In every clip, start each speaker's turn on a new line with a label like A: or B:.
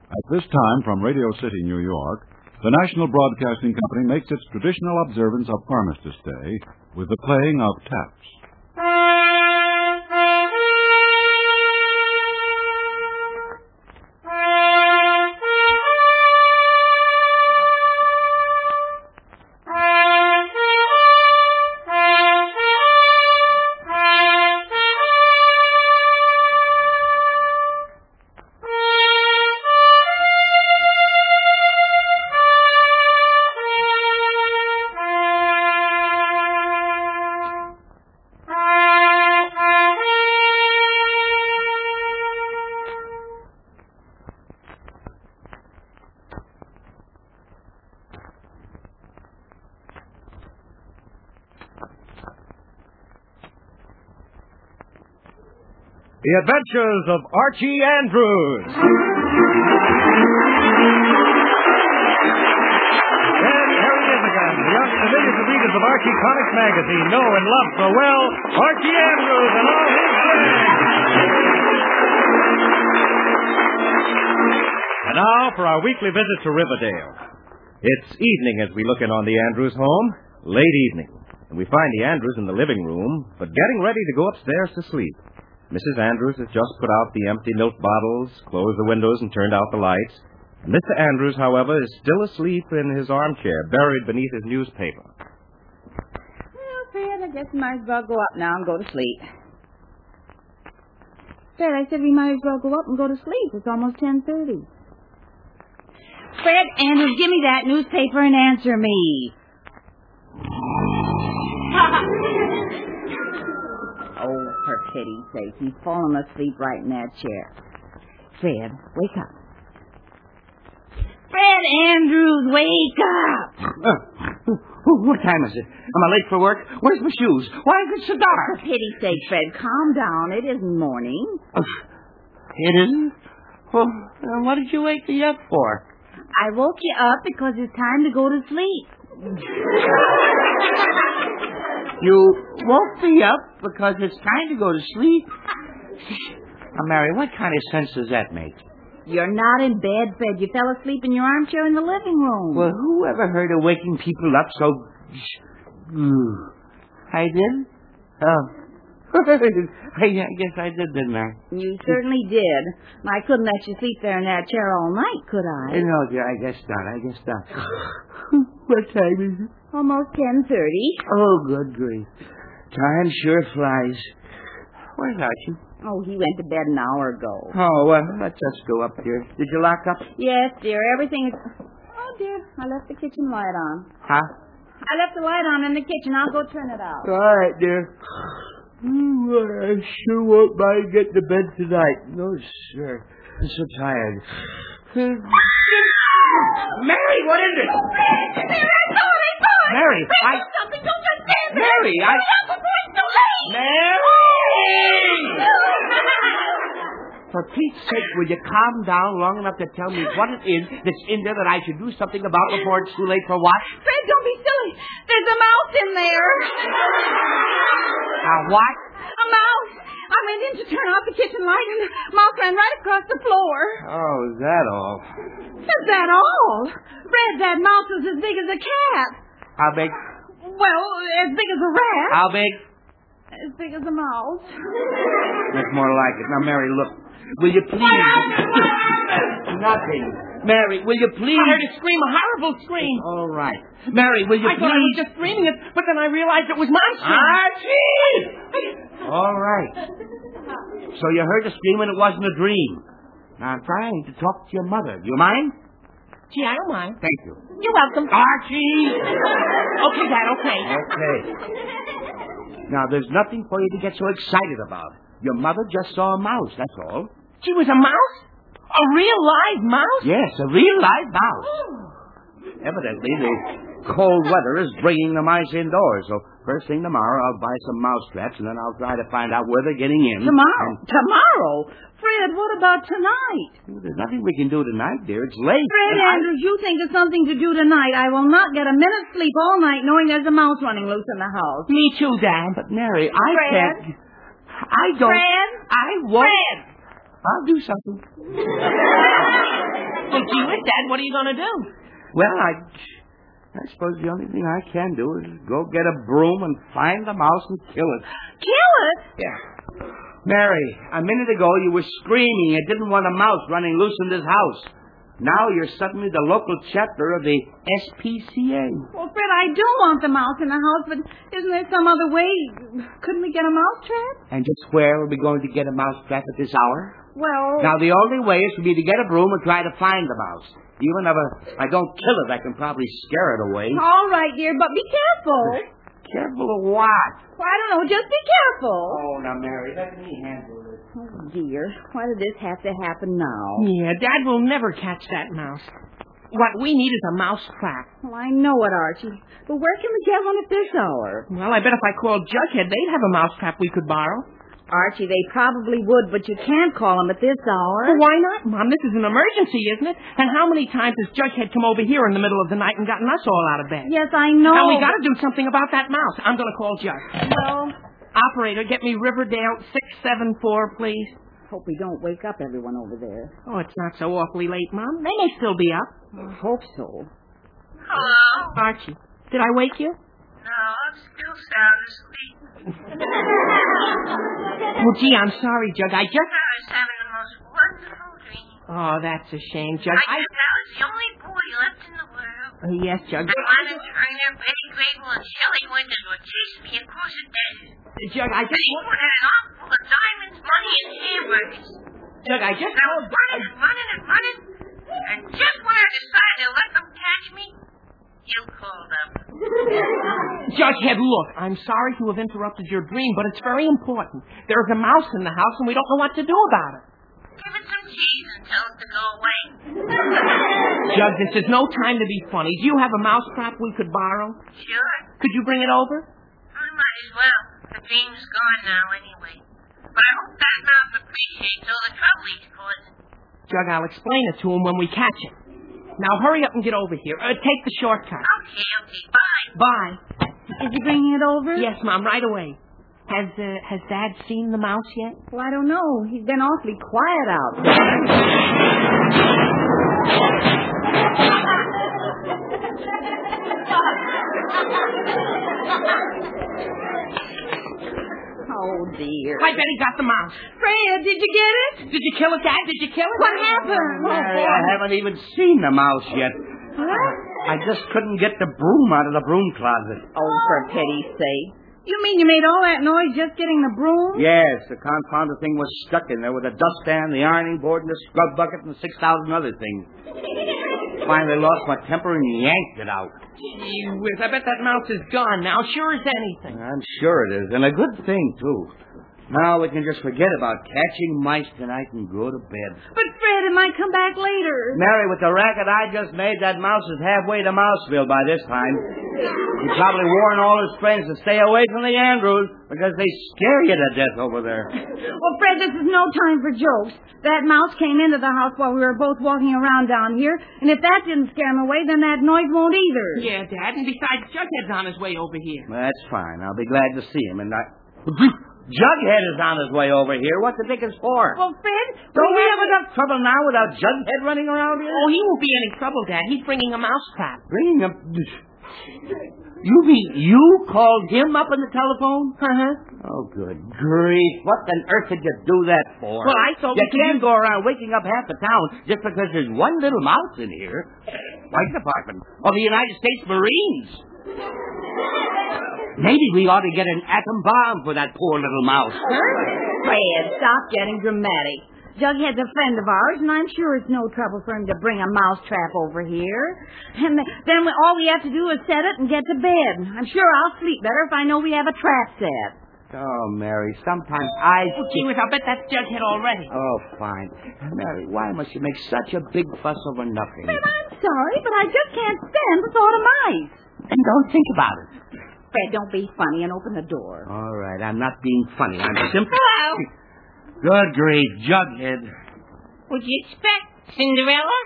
A: At this time, from Radio City, New York, the National Broadcasting Company makes its traditional observance of Armistice Day with the playing of taps.
B: The Adventures of Archie Andrews. And here it is again. The young familiars and readers of Archie Comics magazine know and love so well Archie Andrews and all his friends. And now for our weekly visit to Riverdale. It's evening as we look in on the Andrews home. Late evening. And we find the Andrews in the living room, but getting ready to go upstairs to sleep. Mrs. Andrews has just put out the empty milk bottles, closed the windows, and turned out the lights. And Mr. Andrews, however, is still asleep in his armchair, buried beneath his newspaper.
C: Well, Fred, I guess we might as well go up now and go to sleep. Fred, I said we might as well go up and go to sleep. It's almost ten thirty. Fred Andrews, give me that newspaper and answer me. oh, for pity's sake, he's fallen asleep right in that chair. Fred, wake up. Fred Andrews, wake up!
D: Uh, what time is it? Am I late for work? Where's my shoes? Why is it so
C: For
D: dark?
C: pity's sake, Fred, calm down. It isn't morning.
D: It isn't. Well, uh, what did you wake me up for?
C: I woke you up because it's time to go to sleep.
D: You woke me up because it's time to go to sleep. now, Mary, what kind of sense does that make?
C: You're not in bed, Fred. You fell asleep in your armchair in the living room.
D: Well, who ever heard of waking people up so? Ugh. I did. Oh, I I guess I did, didn't I?
C: you certainly did. I couldn't let you sleep there in that chair all night, could
D: I
C: I?
D: know, dear. I guess not. I guess not. what time is it?
C: Almost ten thirty.
D: Oh, good grief. Time sure flies. Where's Archie?
C: Oh, he went to bed an hour ago.
D: Oh, well, let's just go up here. Did you lock up?
C: Yes, dear. Everything is. Oh, dear. I left the kitchen light on.
D: Huh?
C: I left the light on in the kitchen. I'll go turn it out.
D: All right, dear. Ooh, I sure won't mind getting to bed tonight. No, sir. I'm so tired. Mary, what is it? Mary, I...
C: Something don't just stand
D: Mary, I... Mary! For Pete's sake, will you calm down long enough to tell me what it is that's in there that I should do something about before it's too late for what?
C: Fred, don't be silly. There's a mouse in there.
D: Now, what?
C: A mouse. I went in to turn off the kitchen light, and the mouse ran right across the floor.
D: Oh, is that all?
C: Is that all? Fred, that mouse is as big as a cat.
D: How big?
C: Well, as big as a rat.
E: Ah.
D: How big?
C: As big as a mouse.
D: That's more like it. Now, Mary, look. Will you please? Nothing. Mary, will you please?
E: I heard a scream, a horrible scream.
D: All right. Mary, will you
E: I
D: please?
E: thought I was just screaming it, but then I realized it was my scream.
D: All right. So you heard a scream and it wasn't a dream. Now I'm trying to talk to your mother. Do you mind?
E: Gee, I don't mind.
D: Thank you.
E: You're welcome.
D: Archie!
E: Okay, Dad, okay.
D: Okay. Now there's nothing for you to get so excited about. Your mother just saw a mouse, that's all.
E: She was a mouse? A real live mouse?
D: Yes, a real live mouse. Evidently, the cold weather is bringing the mice indoors. So first thing tomorrow, I'll buy some mouse traps, and then I'll try to find out where they're getting in.
C: Tomorrow. Tomorrow? Fred, what about tonight?
D: And there's nothing we can do tonight, dear. It's late.
C: Fred
D: And I-
C: Andrews, you think of something to do tonight. I will not get a minute's sleep all night knowing there's a mouse running loose in the house.
E: Me too, Dad.
D: But Mary, I
C: Fred?
D: can't. I don't.
C: Fred?
D: I won't.
C: Fred!
D: I'll do something.
E: think he was dead, what are you going to do?
D: Well, I, I suppose the only thing I can do is go get a broom and find the mouse and kill it.
C: Kill it?
D: Yeah. Mary, a minute ago you were screaming you didn't want a mouse running loose in this house. Now you're suddenly the local chapter of the SPCA.
C: Well, Fred, I do want the mouse in the house, but isn't there some other way? Couldn't we get a mouse trap?
D: And just where are we going to get a mouse trap at this hour?
C: Well,
D: Now the only way is for me to get a broom and try to find the mouse. Even if I I don't kill it, I can probably scare it away.
C: all right, dear, but be careful.
D: Careful of what?
C: Well, I don't know, just be careful.
D: Oh, now Mary, let me handle this.
C: Oh, dear, why did this have to happen now?
E: Yeah, Dad will never catch that mouse. What we need is a mouse trap.
C: Well, I know it, Archie, but where can we get one at this hour?
E: Well, I bet if I called Jughead, they'd have a mouse trap we could borrow.
C: Archie, they probably would, but you can't call them at this hour.
E: Well, why not, Mom? This is an emergency, isn't it? And how many times has Jughead come over here in the middle of the night and gotten us all out of bed?
C: Yes, I know.
E: Now, we got to do something about that mouse. I'm going to call Judge.
C: Well,
E: Operator, get me Riverdale 674, please.
C: hope we don't wake up everyone over there.
E: Oh, it's not so awfully late, Mom. They may still be up.
C: I hope so.
E: Archie, did I wake you?
C: Oh,
E: No, I'm still sound asleep. well, gee, I'm sorry, Jug. I just...
F: I was having the most wonderful dream.
E: Oh, that's a shame, Jug.
F: I
E: I...
F: dreamt I was the only boy left in the world.
E: Uh, yes, Jug.
F: I wanted to bring up Betty Grable and Shelley Winters were chasing me across the desert.
E: Jug, I just...
F: They were had an arm full of diamonds, money, and hamburgers.
E: Jug, I just...
F: And I was running and running and running. And just when I decided to let them catch me, you called up.
E: Jughead, look, I'm sorry to have interrupted your dream, but it's very important. There is a mouse in the house, and we don't know what to do about it.
F: Give it some cheese and tell it to go away.
E: Jug, this is no time to be funny. Do you have a mouse trap we could borrow?
F: Sure.
E: Could you bring it over?
F: I might as well. The dream's gone now anyway. But I hope that mouse appreciates all the trouble he's causing.
E: Jug, I'll explain it to him when we catch him. Now hurry up and get over here. Uh, take the shortcut.
F: Okay, okay, bye.
E: Bye.
C: Is he bringing it over?
E: Yes, Mom, right away. Has uh, has Dad seen the mouse yet?
C: Well, I don't know. He's been awfully quiet out there. oh, dear.
E: I bet he got the mouse.
C: Fred, did you get it?
E: Did you kill it, Dad? Did you kill it?
C: What happened? Oh,
D: Mary, I haven't even seen the mouse yet. I just couldn't get the broom out of the broom closet.
C: Oh, for pity's sake. You mean you made all that noise just getting the broom?
D: Yes, the confounded thing was stuck in there with a dustpan, the ironing board, and the scrub bucket, and 6,000 other things. Finally lost my temper and yanked it out.
E: Gee whiz, I bet that mouse is gone now, sure as anything.
D: I'm sure it is, and a good thing, too. Now we can just forget about catching mice tonight and go to bed.
C: But Fred, it might come back later.
D: Mary, with the racket I just made, that mouse is halfway to Mouseville by this time. He probably warned all his friends to stay away from the Andrews because they scare you to death over there.
C: Well, Fred, this is no time for jokes. That mouse came into the house while we were both walking around down here, and if that didn't scare him away, then that noise won't either.
E: Yeah, Dad, and besides, Jughead's on his way over here.
D: That's fine. I'll be glad to see him. And I... Jughead is on his way over here. What the dick is for?
C: Well, Fred,
D: Don't we have enough trouble now without Jughead running around here?
E: Oh, he won't be any trouble, Dad. He's bringing a mouse trap.
D: Bringing up. You mean you called him up on the telephone?
E: Uh-huh.
D: Oh, good grief. What on earth did you do that for?
E: Well, I thought
D: You
E: we could
D: can't go around waking up half the town just because there's one little mouse in here. White Department or the United States Marines. Maybe we ought to get an atom bomb for that poor little mouse.
C: Fred, stop getting dramatic. Jughead's a friend of ours, and I'm sure it's no trouble for him to bring a mouse trap over here. And th- then we, all we have to do is set it and get to bed. I'm sure I'll sleep better if I know we have a trap set.
D: Oh, Mary, sometimes I.
E: Oh, gee whiz, I bet that's Jughead already.
D: Oh, fine. Mary, why must you make such a big fuss over nothing?
C: I'm sorry, but I just can't stand the thought of mice.
D: And don't think about it.
C: Fred, don't be funny and open the door.
D: All right, I'm not being funny. I'm simply. Good grief, Jughead.
F: Would you expect Cinderella?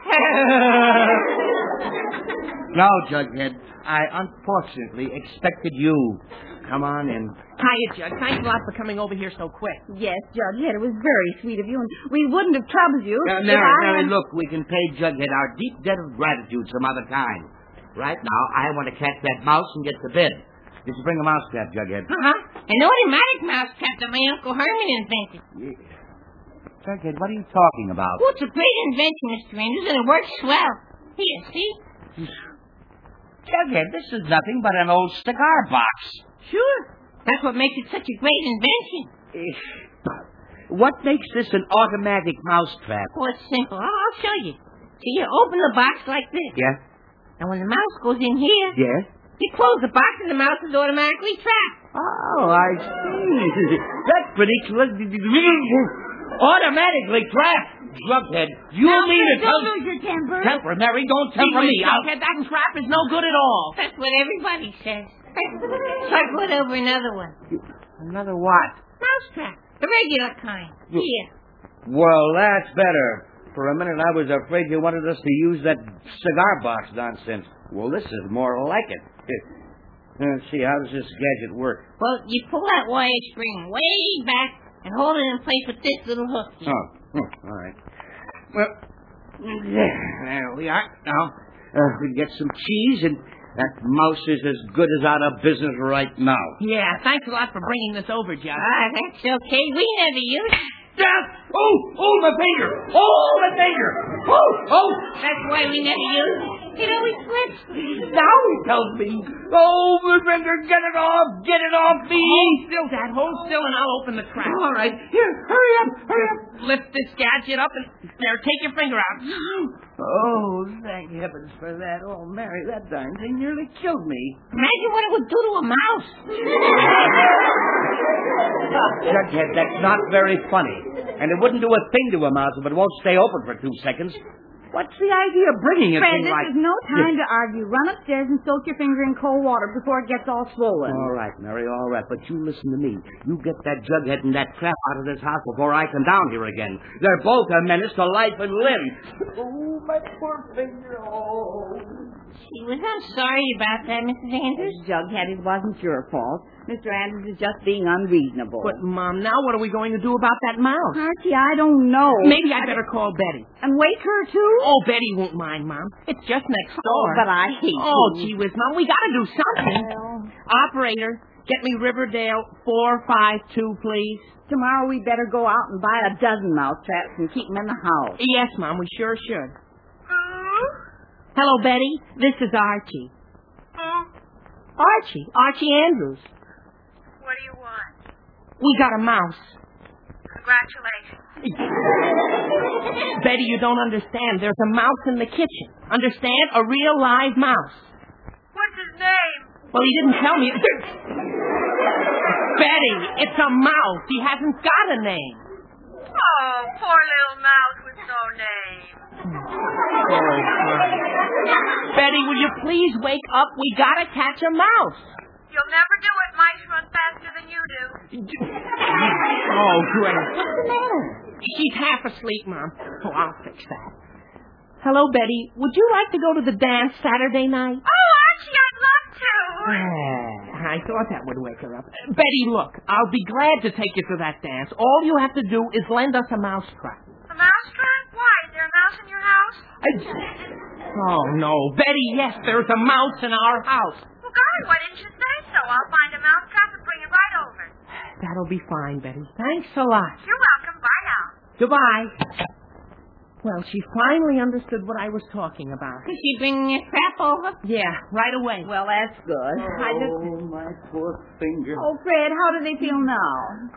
D: No, Jughead. I unfortunately expected you. Come on in.
E: Hiya, Judge. Thanks a lot for coming over here so quick.
C: Yes, Jughead, it was very sweet of you, and we wouldn't have troubled you.
D: Now,
C: if
D: Mary,
C: I
D: Mary,
C: hadn't-
D: look, we can pay Jughead our deep debt of gratitude some other time. Right now, I want to catch that mouse and get to bed. Did you bring a mouse trap, Jughead?
F: Uh-huh. An automatic mouse trap that my Uncle Herman invented.
D: Jughead, what are you talking about?
F: Well, it's a great invention, Mr. Andrews, and it works swell. Here, see?
D: Jughead, this is nothing but an old cigar box.
F: Sure. That's what makes it such a great invention.
D: What makes this an automatic mouse trap?
F: Well, it's simple. I'll, I'll show you. See, you open the box like this.
D: Yeah?
F: And when the mouse goes in here,
D: Yes?
F: you close the box and the mouse is automatically trapped.
D: Oh, I see. That's pretty cl- automatically trapped. Jughead, you
C: Now,
D: mean
C: please
D: it?
C: Don't
D: Tell-
C: lose your temper.
D: temper, Mary, don't temper
E: Gee
D: me.
E: whiz,
D: I'll-
E: Jughead, that trap is no good at all.
F: That's what everybody says. so I put over another one.
D: Another what?
F: Mouse trap. The regular kind. Here.
D: Well, that's better. For a minute, I was afraid you wanted us to use that cigar box nonsense. Well, this is more like it. Let's see, how does this gadget work?
F: Well, you pull that wire spring way back and hold it in place with this little hook.
D: Oh, hmm, all right. Well, yeah, there we are. Now, uh, we get some cheese, and that mouse is as good as out of business right now.
E: Yeah, thanks a lot for bringing this over, Judge.
F: Ah, that's okay. We never use it.
D: Yeah. Oh, oh, the finger. Oh, the finger. Oh, oh.
F: That's why we never use it. It always slips.
D: Now he tells me. Oh, the finger, get it off. Get it off me.
E: Hold still, Dad. Hold still, and I'll open the trap.
D: All right. Here, hurry up, hurry up.
E: Lift this gadget up and there. Take your finger out.
D: Oh, thank heavens for that. Oh, Mary, that darn thing nearly killed me.
F: Imagine what it would do to a mouse.
D: Jughead, that's not very funny. And it wouldn't do a thing to a mouse if it won't stay open for two seconds. What's the idea of bringing a
C: Fred,
D: thing
C: this
D: like
C: is no time to argue. Run upstairs and soak your finger in cold water before it gets all swollen.
D: All right, Mary, all right, but you listen to me. You get that jughead and that trap out of this house before I come down here again. They're both a menace to life and limb. Oh, my poor finger. Oh.
F: She was. I'm sorry about that, Mrs. Andrews.
C: Jughead, it wasn't your fault. Mr. Andrews is just being unreasonable.
E: But, Mom, now what are we going to do about that mouse?
C: Archie, I don't know.
E: Maybe I'd better call Betty.
C: And wake her, too?
E: Oh, Betty won't mind, Mom. It's just
F: Oh,
E: next door.
C: but I hate
E: Oh,
C: you.
E: gee whiz, Mom, we gotta do something.
C: Well,
E: Operator, get me Riverdale 452, please.
C: tomorrow we better go out and buy a dozen mousetraps and keep them in the house.
E: Yes, Mom, we sure should. Hello, Betty. This is Archie. Archie. Archie Andrews.
F: What do you want?
E: We got a mouse.
F: Congratulations.
E: Betty, you don't understand. There's a mouse in the kitchen. Understand? A real live mouse.
F: What's his name?
E: Well, he didn't tell me. Betty, it's a mouse. He hasn't got a name.
F: Oh, poor little mouse with no name.
E: Betty, will you please wake up? We gotta catch a mouse.
F: You'll never do it. Mice run faster than you do.
E: Oh, great. What's the matter? She's half asleep, Mom. Oh, I'll fix that. Hello, Betty. Would you like to go to the dance Saturday night?
F: Oh, Archie, I'd love to.
E: Oh, Ah, I thought that would wake her up. Betty, look, I'll be glad to take you to that dance. All you have to do is lend us a mousetrap.
F: A mouse trap? Why? Is there a mouse in your house?
E: Oh, no. Betty, yes, there's a mouse in our house.
F: Well, golly, why didn't you say so? I'll find a mouse trap and bring it right over.
E: That'll be fine, Betty. Thanks a lot.
F: You're welcome. Bye now.
E: Goodbye. Well, she finally understood what I was talking about.
F: Is she bringing a trap over?
E: Yeah, right away.
C: Well, that's good. I just...
D: Oh, my poor finger.
C: Oh, Fred, how do they feel now?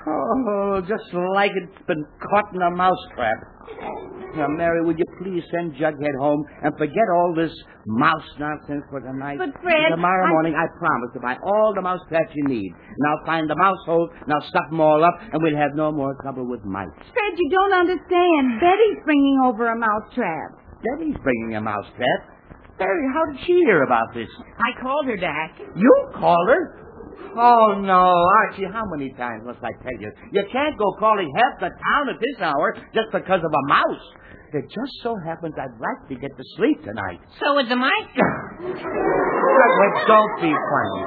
D: Oh, just like it's been caught in a mousetrap. Now, Mary, would you please send Jughead home and forget all this mouse nonsense for tonight?
C: But, Fred,
D: Tomorrow
C: I-
D: morning, I promise to buy all the mouse traps you need. And I'll find the mouse holes, and I'll stuff them all up, and we'll have no more trouble with mice.
C: Fred, you don't understand. Betty's bringing over a mousetrap.
D: Debbie's bringing a mouse trap. Mary, how did she hear about this?
E: I called her, Dad.
D: You called her? Oh, no, Archie, how many times must I tell you? You can't go calling half the town at this hour just because of a mouse. It just so happens I'd like to get to sleep tonight.
G: So would the mice.
D: Well, don't be funny.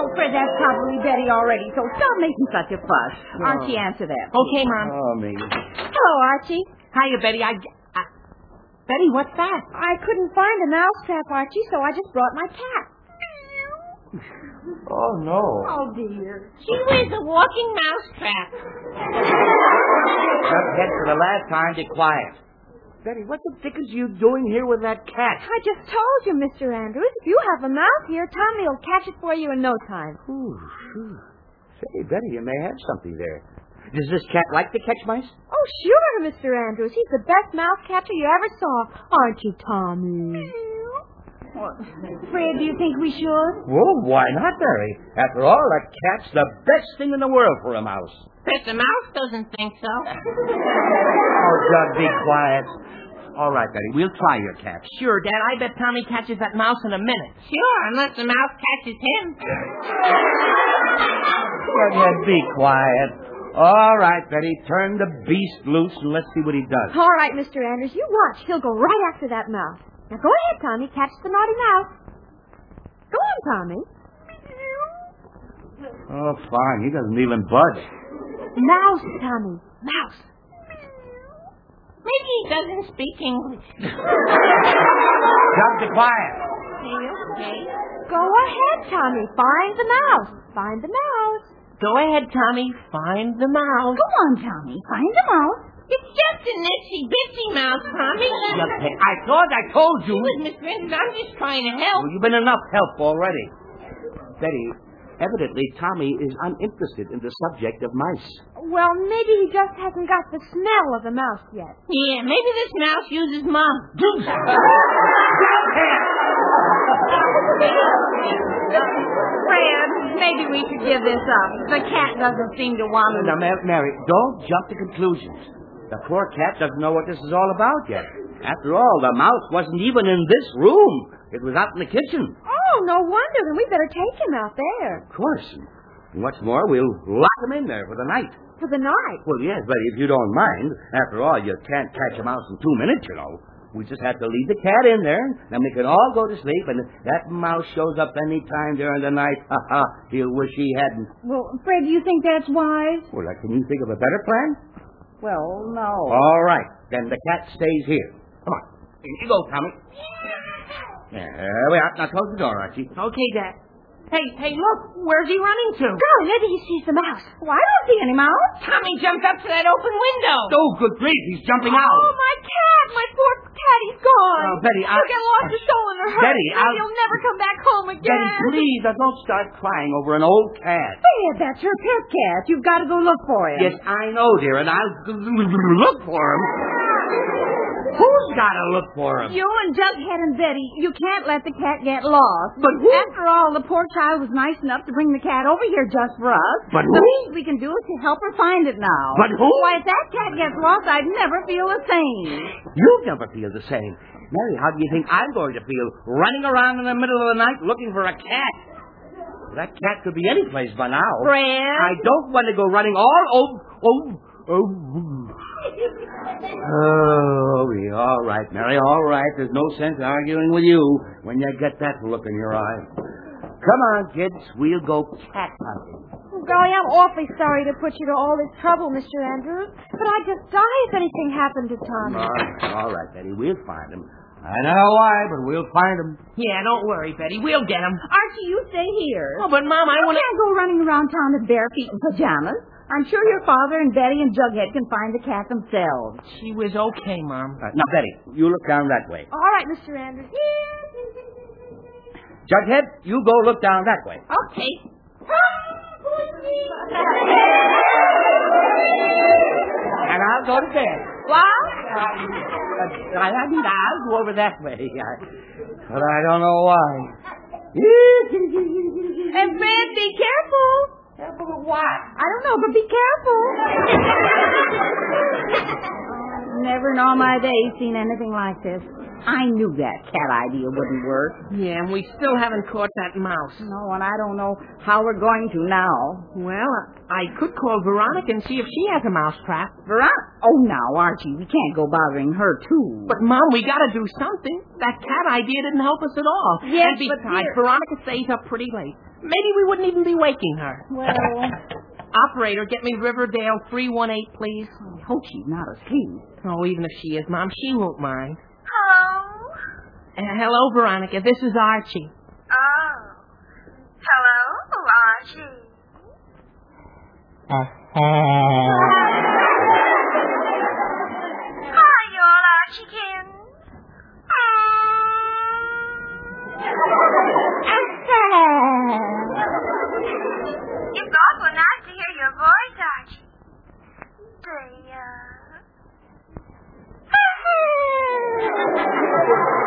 F: Oh, Fred, that's probably Betty already, so stop making such a fuss.
C: Oh.
F: Archie, answer that.
C: Okay, Mom.
D: Oh, me.
F: Hello, Archie.
C: Hiya, Betty. I, I. Betty, what's that?
F: I couldn't find a mousetrap, Archie, so I just brought my cat.
D: Oh, no.
F: Oh, dear.
G: She was a walking mousetrap.
D: Just head for the last time to quiet. Betty, what the dickens are you doing here with that cat?
F: I just told you, Mr. Andrews, if you have a mouse here, Tommy will catch it for you in no time.
D: Ooh, phew. Say, Betty, you may have something there. Does this cat like to catch mice?
F: Oh, sure, Mr. Andrews. He's the best mouse catcher you ever saw. Aren't you, Tommy? Fred, do you think we should?
D: Well, why not, Betty? After all, a cat's the best thing in the world for a mouse.
G: But the mouse doesn't think so.
D: Oh, Doug, be quiet. All right, Betty, we'll try your cat.
C: Sure, Dad. I bet Tommy catches that mouse in a minute.
G: Sure, unless the mouse catches him.
D: Doug, be quiet. All right, Betty, turn the beast loose and let's see what he does.
F: All right, Mr. Andrews, you watch. He'll go right after that mouse. Now go ahead, Tommy. Catch the naughty mouse. Go on, Tommy.
D: Oh, fine. He doesn't even budge.
F: Mouse, Tommy.
G: Mouse. Maybe he doesn't speak English.
D: Doug, be quiet.
G: Okay.
F: Go ahead, Tommy. Find the mouse. Find the mouse.
C: Go ahead, Tommy. Find the mouse.
F: Go on, Tommy. Find the mouse.
G: It's just an itchy bitchy mouse, Tommy.
D: Okay, I thought I told you.
G: It was miswritten. I'm just trying to help.
D: Well, you've been enough help already. Betty, evidently Tommy is uninterested in the subject of mice.
F: Well, maybe he just hasn't got the smell of the mouse yet.
G: Yeah, maybe this mouse uses mom.
F: Fred, maybe we should give this up. The cat doesn't seem to want
D: Now, Ma- Mary, don't jump to conclusions. The poor cat doesn't know what this is all about yet. After all, the mouse wasn't even in this room. It was out in the kitchen.
F: Oh, no wonder. Then we better take him out there
D: Of course. And what's more, we'll lock him in there for the night.
F: for the night.
D: Well, yes, but if you don't mind, after all, you can't catch a mouse in two minutes, you know. We just have to leave the cat in there, then we can all go to sleep, and if that mouse shows up any time during the night, ha ha, he'll wish he hadn't.
F: Well, Fred, do you think that's wise?
D: Well, now, can you think of a better plan?
F: Well, no.
D: All right, then the cat stays here. Come on. In you go, Tommy. There we are. Now close the door, Archie.
C: Okay, Dad. Hey, hey, look. Where's he running to?
F: Go, Oh, maybe he sees the mouse. Well, I don't see any mouse.
G: Tommy jumped up to that open window.
D: Oh, good grief, he's jumping
F: Oh,
D: out.
F: my cat! My poor cat, he's gone.
D: Oh, Betty, I-
F: He'll get lost or stolen or hurt.
D: Betty,
F: and
D: I'll-
F: he'll never come back home again.
D: Betty, please, now don't start crying over an old cat.
F: Fred, that's your pet cat. You've got to go look for him.
D: Yes, I know, dear, and I'll g- g- look for him. Who's got to look for him?
F: You and Jughead and Betty, you can't let the cat get lost.
D: But who-
F: After all, the poor child was nice enough to bring the cat over here just for us.
D: But
F: The
D: who-
F: least we can do is to help her find it now.
D: But who-
F: Why, if that cat gets lost, I'd never feel the same.
D: You'll never feel the same. Mary, how do you think I'm going to feel running around in the middle of the night looking for a cat? That cat could be any place by now. I
F: Fred?
D: don't want to go running all over. Oh, oh. Oh, yeah, all right, Mary, all right. There's no sense arguing with you when you get that look in your eye. Come on, kids. We'll go cat hunting.
F: Oh, Golly, I'm awfully sorry to put you to all this trouble, Mr. Andrews. But I'd just die if anything happened to Tommy.
D: All right, all right, Betty. We'll find him. I don't know why, but we'll find him.
C: Yeah, don't worry, Betty. We'll get him.
F: Archie, you stay here.
C: Oh, but Mom, I
F: You
C: want to.
F: can't go running around town with bare feet and pajamas. I'm sure your father and Betty and Jughead can find the cat themselves.
C: She was okay, Mom.
D: Uh, now, Betty, you look down that way.
F: All right, Mr. Andrews.
D: Jughead, you go look down that way.
G: Okay.
D: And I'll go to bed. What? I, I mean, I'll go over that way. I- But I don't know why.
F: And Fred, be careful. Careful of what? I don't know, but be careful. Never in all my days seen anything like this.
E: I knew that cat idea wouldn't work.
C: Yeah, and we still haven't caught that mouse.
E: No, and I don't know how we're going to now. uh,
C: Well, I could call Veronica and see if she has a mouse trap.
E: Veronica? Oh, now, Archie, we can't go bothering her, too.
C: But, Mom, we gotta do something. That cat idea didn't help us at all. and
E: Yes, but
C: besides,
E: here-
C: Veronica stays up pretty late. Maybe we wouldn't even be waking her.
E: well,
C: Operator, get me Riverdale 318, please.
E: I hope she's not asleep.
C: Oh, even if she is, Mom, she won't mind.
F: Hello?
C: Uh, hello, Veronica. This is Archie.
F: Oh. Hello, Archie.
B: Hmm.
F: Hi, y'all, Archie Ken. It's awful nice to hear your voice, Archie. They, uh...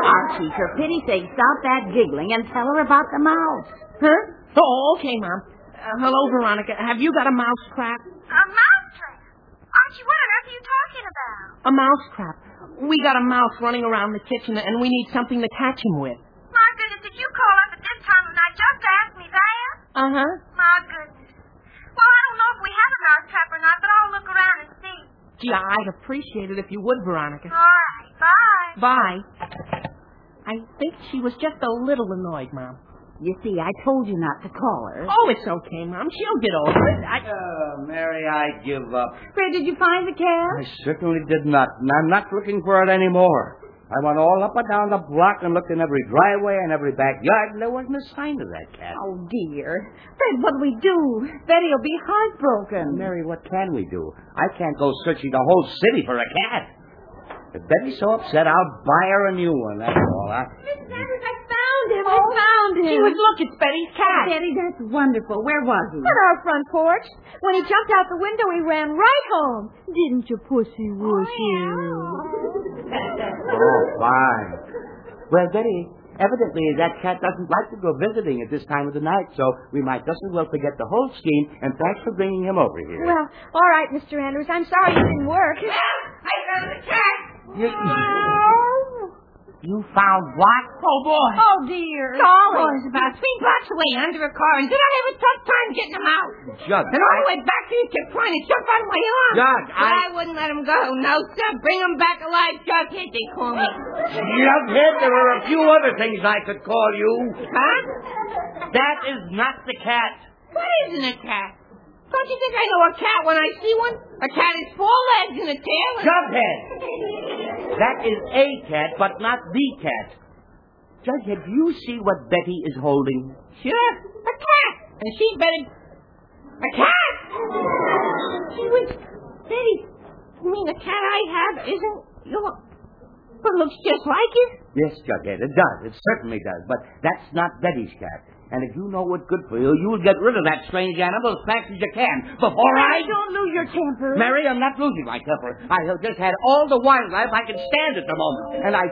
E: Archie, for pity's sake, stop that giggling and tell her about the mouse. Huh?
C: Oh, okay, Mom. Uh, hello, Veronica. Have you got a mouse trap?
F: A mousetrap. Archie, what on earth are you talking about?
C: A mouse trap. We got a mouse running around the kitchen, and we need something to catch him with.
F: My goodness, did you call up at this time of night just to ask me that?
C: Uh huh.
F: My goodness. Well, I don't know if we have a mousetrap or not, but I'll look around and see.
C: Gee, I'd appreciate it if you would, Veronica.
F: All right, bye.
C: Bye. I think she was just a little annoyed, Mom.
E: You see, I told you not to call her.
C: Oh, it's okay, Mom. She'll get over it. I...
D: Oh, Mary, I give up.
E: Fred, did you find the cat?
D: I certainly did not, and I'm not looking for it anymore. I went all up and down the block and looked in every driveway and every backyard, and there wasn't a sign of that cat.
E: Oh, dear. Fred, what'll we do? Betty'll be
D: Oh,
E: heartbroken.
D: Mary, what can we do? I can't go searching the whole city for a cat. If Betty's so upset, I'll buy her a new one, that's all. I...
F: Sanders, I
E: found him.
H: Oh.
E: I found
C: She
E: him.
C: was, look, it's Betty's cat.
E: Daddy, that's wonderful. Where was he?
H: at our front porch. When he jumped out the window, he ran right home. Didn't you, Pussy
D: Oh, fine. Well, Betty, evidently that cat doesn't like to go visiting at this time of the night, so we might just as well forget the whole scheme, and thanks for bringing him over here.
H: Well, all right, Mr. Andrews. I'm sorry it didn't work.
F: I found the cat.
D: you found what?
C: Oh, boy.
H: Oh, dear.
C: Dolly was about three blocks away under a car, and did I have a tough time getting him out?
D: Jug.
C: And all the way back to you kept trying to jump on my arm.
D: Jug,
C: But
D: I-
C: I wouldn't let him go. No, sir. Bring him back alive, Jug Hit, they call me.
D: Jughead, there are a few other things I could call you.
C: Huh?
D: That is not the cat.
C: What isn't a cat? Don't you think I know a cat when I see one? A cat has four legs and a tail and...
D: Jughead! That is a cat, but not the cat. Jughead, do you see what Betty is holding?
C: Sure, a cat. And she better... A cat? She was... Betty, you mean the cat I have isn't... Your... But looks just like it.
D: Yes, Jughead, it does. It certainly does. But that's not Betty's cat. And if you know what's good for you, you'll get rid of that strange animal as fast as you can before I.
H: Don't lose your temper.
D: Mary, I'm not losing my temper. I have just had all the wildlife I can stand at the moment. And I.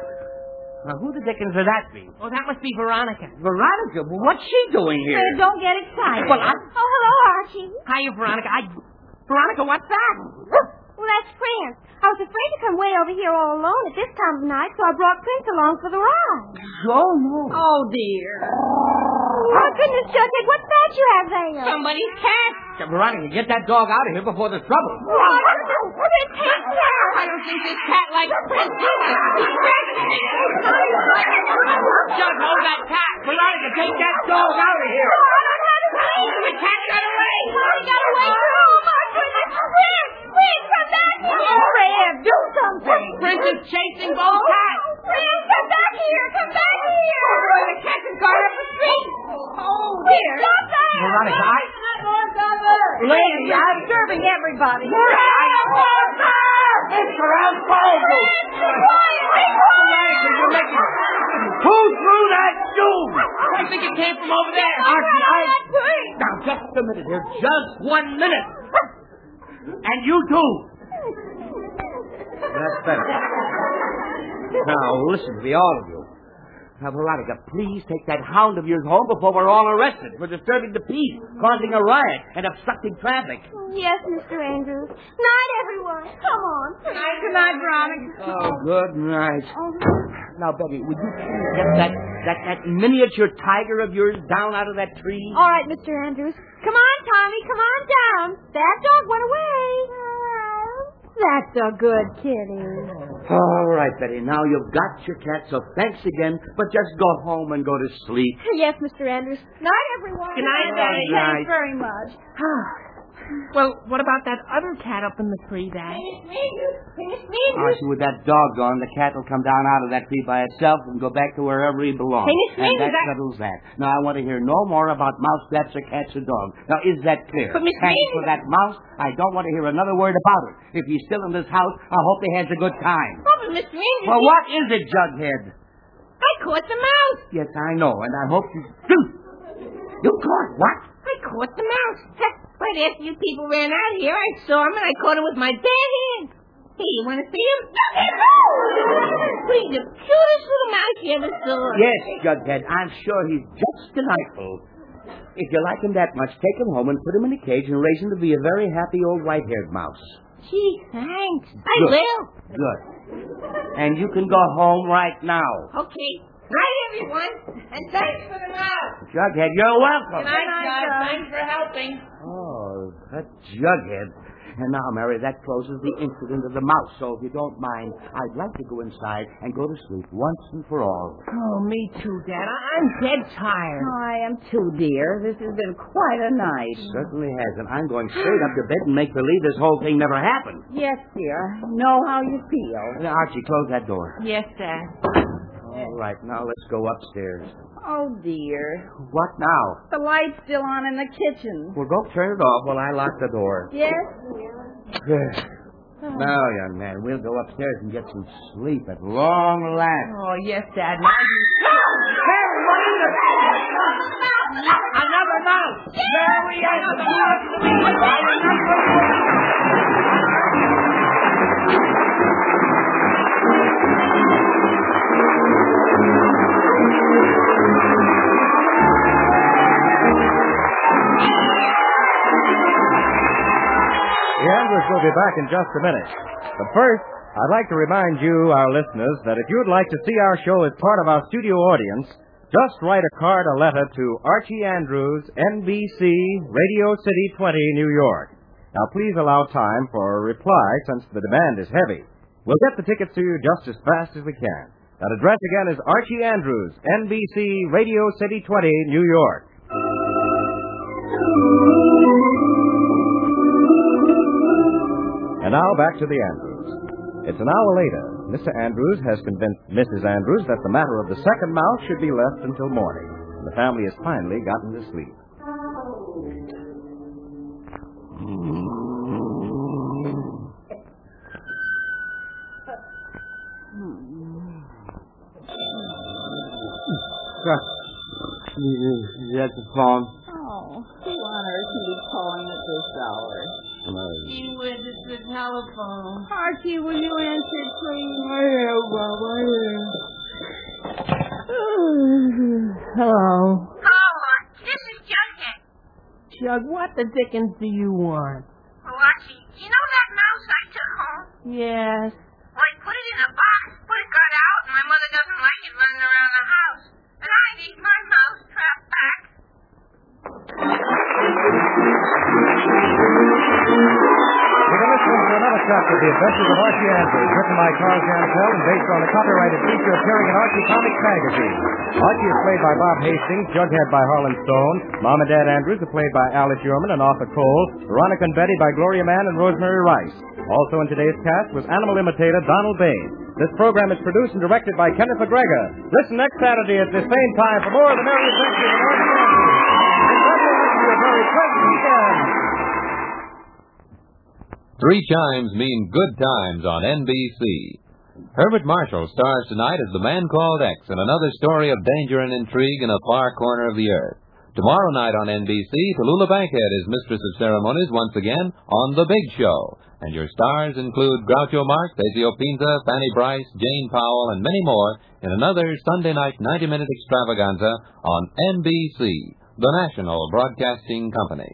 D: Now, who the dickens would that be?
C: Oh, that must be Veronica.
D: Veronica, well, what's she doing here?
E: Fred, don't get excited.
D: Well, I-
H: Oh, hello, Archie.
C: Hiya, Veronica. I... Veronica, what's that?
H: Well, that's Prince. I was afraid to come way over here all alone at this time of night, so I brought Prince along for the ride.
D: Oh, no.
C: Oh, dear.
H: Oh, goodness, Jughead, what's that you have there?
C: Somebody's cat.
D: Veronica, get that dog out of here before there's trouble.
H: Oh,
C: I don't think this cat likes Prince either. He's crazy. Jug, hold that cat.
D: Veronica, take that dog out of here.
C: Oh, The cat got away. Oh,
H: got away from home. My goodness, Prince! Prince, come back here! Fred, do something!
C: Prince is chasing both cats.
H: Prince, come back here! Come back here!
C: The cat has gone up the street.
H: Oh, dear! Stop that!
D: Veronica, I.
E: Lady, I'm disturbing everybody.
D: It's around Fargo. Veronica, you're making. Who threw that shoe?
C: I think it came from over there.
D: Archie, I. Now, just a minute here. Just one minute. And you too. That's better. Now, listen to me, all of you. Now, Veronica, please take that hound of yours home before we're all arrested for disturbing the peace, causing a riot, and obstructing traffic.
H: Yes, Mr. Andrews. Night, everyone. Come on.
E: Good night, Veronica.
D: Oh, good night. Now, Betty, would you please get that, that, that miniature tiger of yours down out of that tree?
I: All right, Mr. Andrews. Come on, Tommy. Come on down. That dog went away. That's a good kitty.
D: All right, Betty, now you've got your cat, so thanks again, but just go home and go to sleep.
I: Yes, Mr. Andrews. Night, everyone.
F: Good night, Daddy.
D: Good night.
I: Thanks very much.
F: Well, what about that other cat up in the tree, Dad?
D: Honestly, with that dog gone, the cat will come down out of that tree by itself and go back to wherever he belongs.
F: Hey, Miss
D: and
F: Ming,
D: that
F: that-
D: settles that. Now, I want to hear no more about mouse traps or cats or dogs. Now, is that clear?
F: But, Miss
D: Thanks
F: Ming-
D: for that mouse. I don't want to hear another word about it. If he's still in this house, I hope he has a good time.
F: Oh, but Mr. Andrews,
D: Well,
F: he-
D: what is it, Jughead?
F: I caught the mouse.
D: Yes, I know, and I hope you... You caught what?
F: I caught the mouse. right after you people ran out of here, I saw him and I caught him with my bare hands. Hey, you want to see him? Look at him! He's the cutest little mouse you ever saw.
D: Yes, Jughead, I'm sure he's just delightful. If you like him that much, take him home and put him in a cage and raise him to be a very happy old white-haired mouse.
F: Gee, thanks. I
D: Good.
F: will.
D: Good. And you can go home right now.
F: Okay. Night, everyone. And thanks for the mouse.
D: Jughead, you're welcome.
F: Night, guys. Thanks for helping.
D: Oh, that Jughead. And now, Mary, that closes the incident of the mouse. So if you don't mind, I'd like to go inside and go to sleep once and for all.
F: Oh, me too, Dad. I- I'm dead tired.
E: I am too, dear. This has been quite a night.
D: Certainly has, and I'm going straight up to bed and make believe this whole thing never happened.
E: Yes, dear. I Know how you feel.
D: Now, Archie, close that door.
F: Yes, Dad.
D: All right, now let's go upstairs.
E: Oh, dear.
D: What now?
E: The light's still on in the kitchen.
D: Well, go turn it off while I lock the door.
E: Yes?
D: now, young man, we'll go upstairs and get some sleep at long last.
F: Oh, yes, Dad. Now you... Another mouse! There we are!
J: The Andrews will be back in just a minute. But first, I'd like to remind you, our listeners, that if you'd like to see our show as part of our studio audience, just write a card or letter to Archie Andrews, NBC, Radio City 20, New York. Now, please allow time for a reply since the demand is heavy. We'll get the tickets to you just as fast as we can. That address again is Archie Andrews, NBC, Radio City 20, New York. And now back to the Andrews. It's an hour later. Mr. Andrews has convinced Mrs. Andrews that the matter of the second mouse should be left until morning. And the family has finally gotten to sleep.
D: That's the phone.
E: Oh, who on earth can be calling at this hour?
F: She was at the telephone.
E: Archie, will you answer, please? Hello.
K: Paula, this is Jughead.
F: Jug, what the dickens do you want?
K: Oh, Archie, you know that mouse I took home?
F: Yes.
K: Well, I put it in a box, but it got out, and my mother doesn't like it running around the house. And I need my mouse trap back.
J: You've been listening to another chapter of The Adventures of Archie Andrews, written by Carl Jantel and based on the copyrighted feature appearing in Archie Comics magazine. Archie is played by Bob Hastings, Jughead by Harlan Stone, Mom and Dad Andrews are played by Alice Yerman and Arthur Cole, Veronica and Betty by Gloria Mann and Rosemary Rice. Also in today's cast was animal imitator Donald Bain. This program is produced and directed by Kenneth McGregor. Listen next Saturday at the same time for more of the merry adventures of Archie Andrews. And thank you for a very pleasant weekend.
B: Three chimes mean good times on NBC. Herbert Marshall stars tonight as The Man Called X in another story of danger and intrigue in a far corner of the earth. Tomorrow night on NBC, Tallulah Bankhead is Mistress of Ceremonies once again on The Big Show. And your stars include Groucho Marx, Ezio Pinza, Fanny Bryce, Jane Powell, and many more in another Sunday night 90-minute extravaganza on NBC, the national broadcasting company.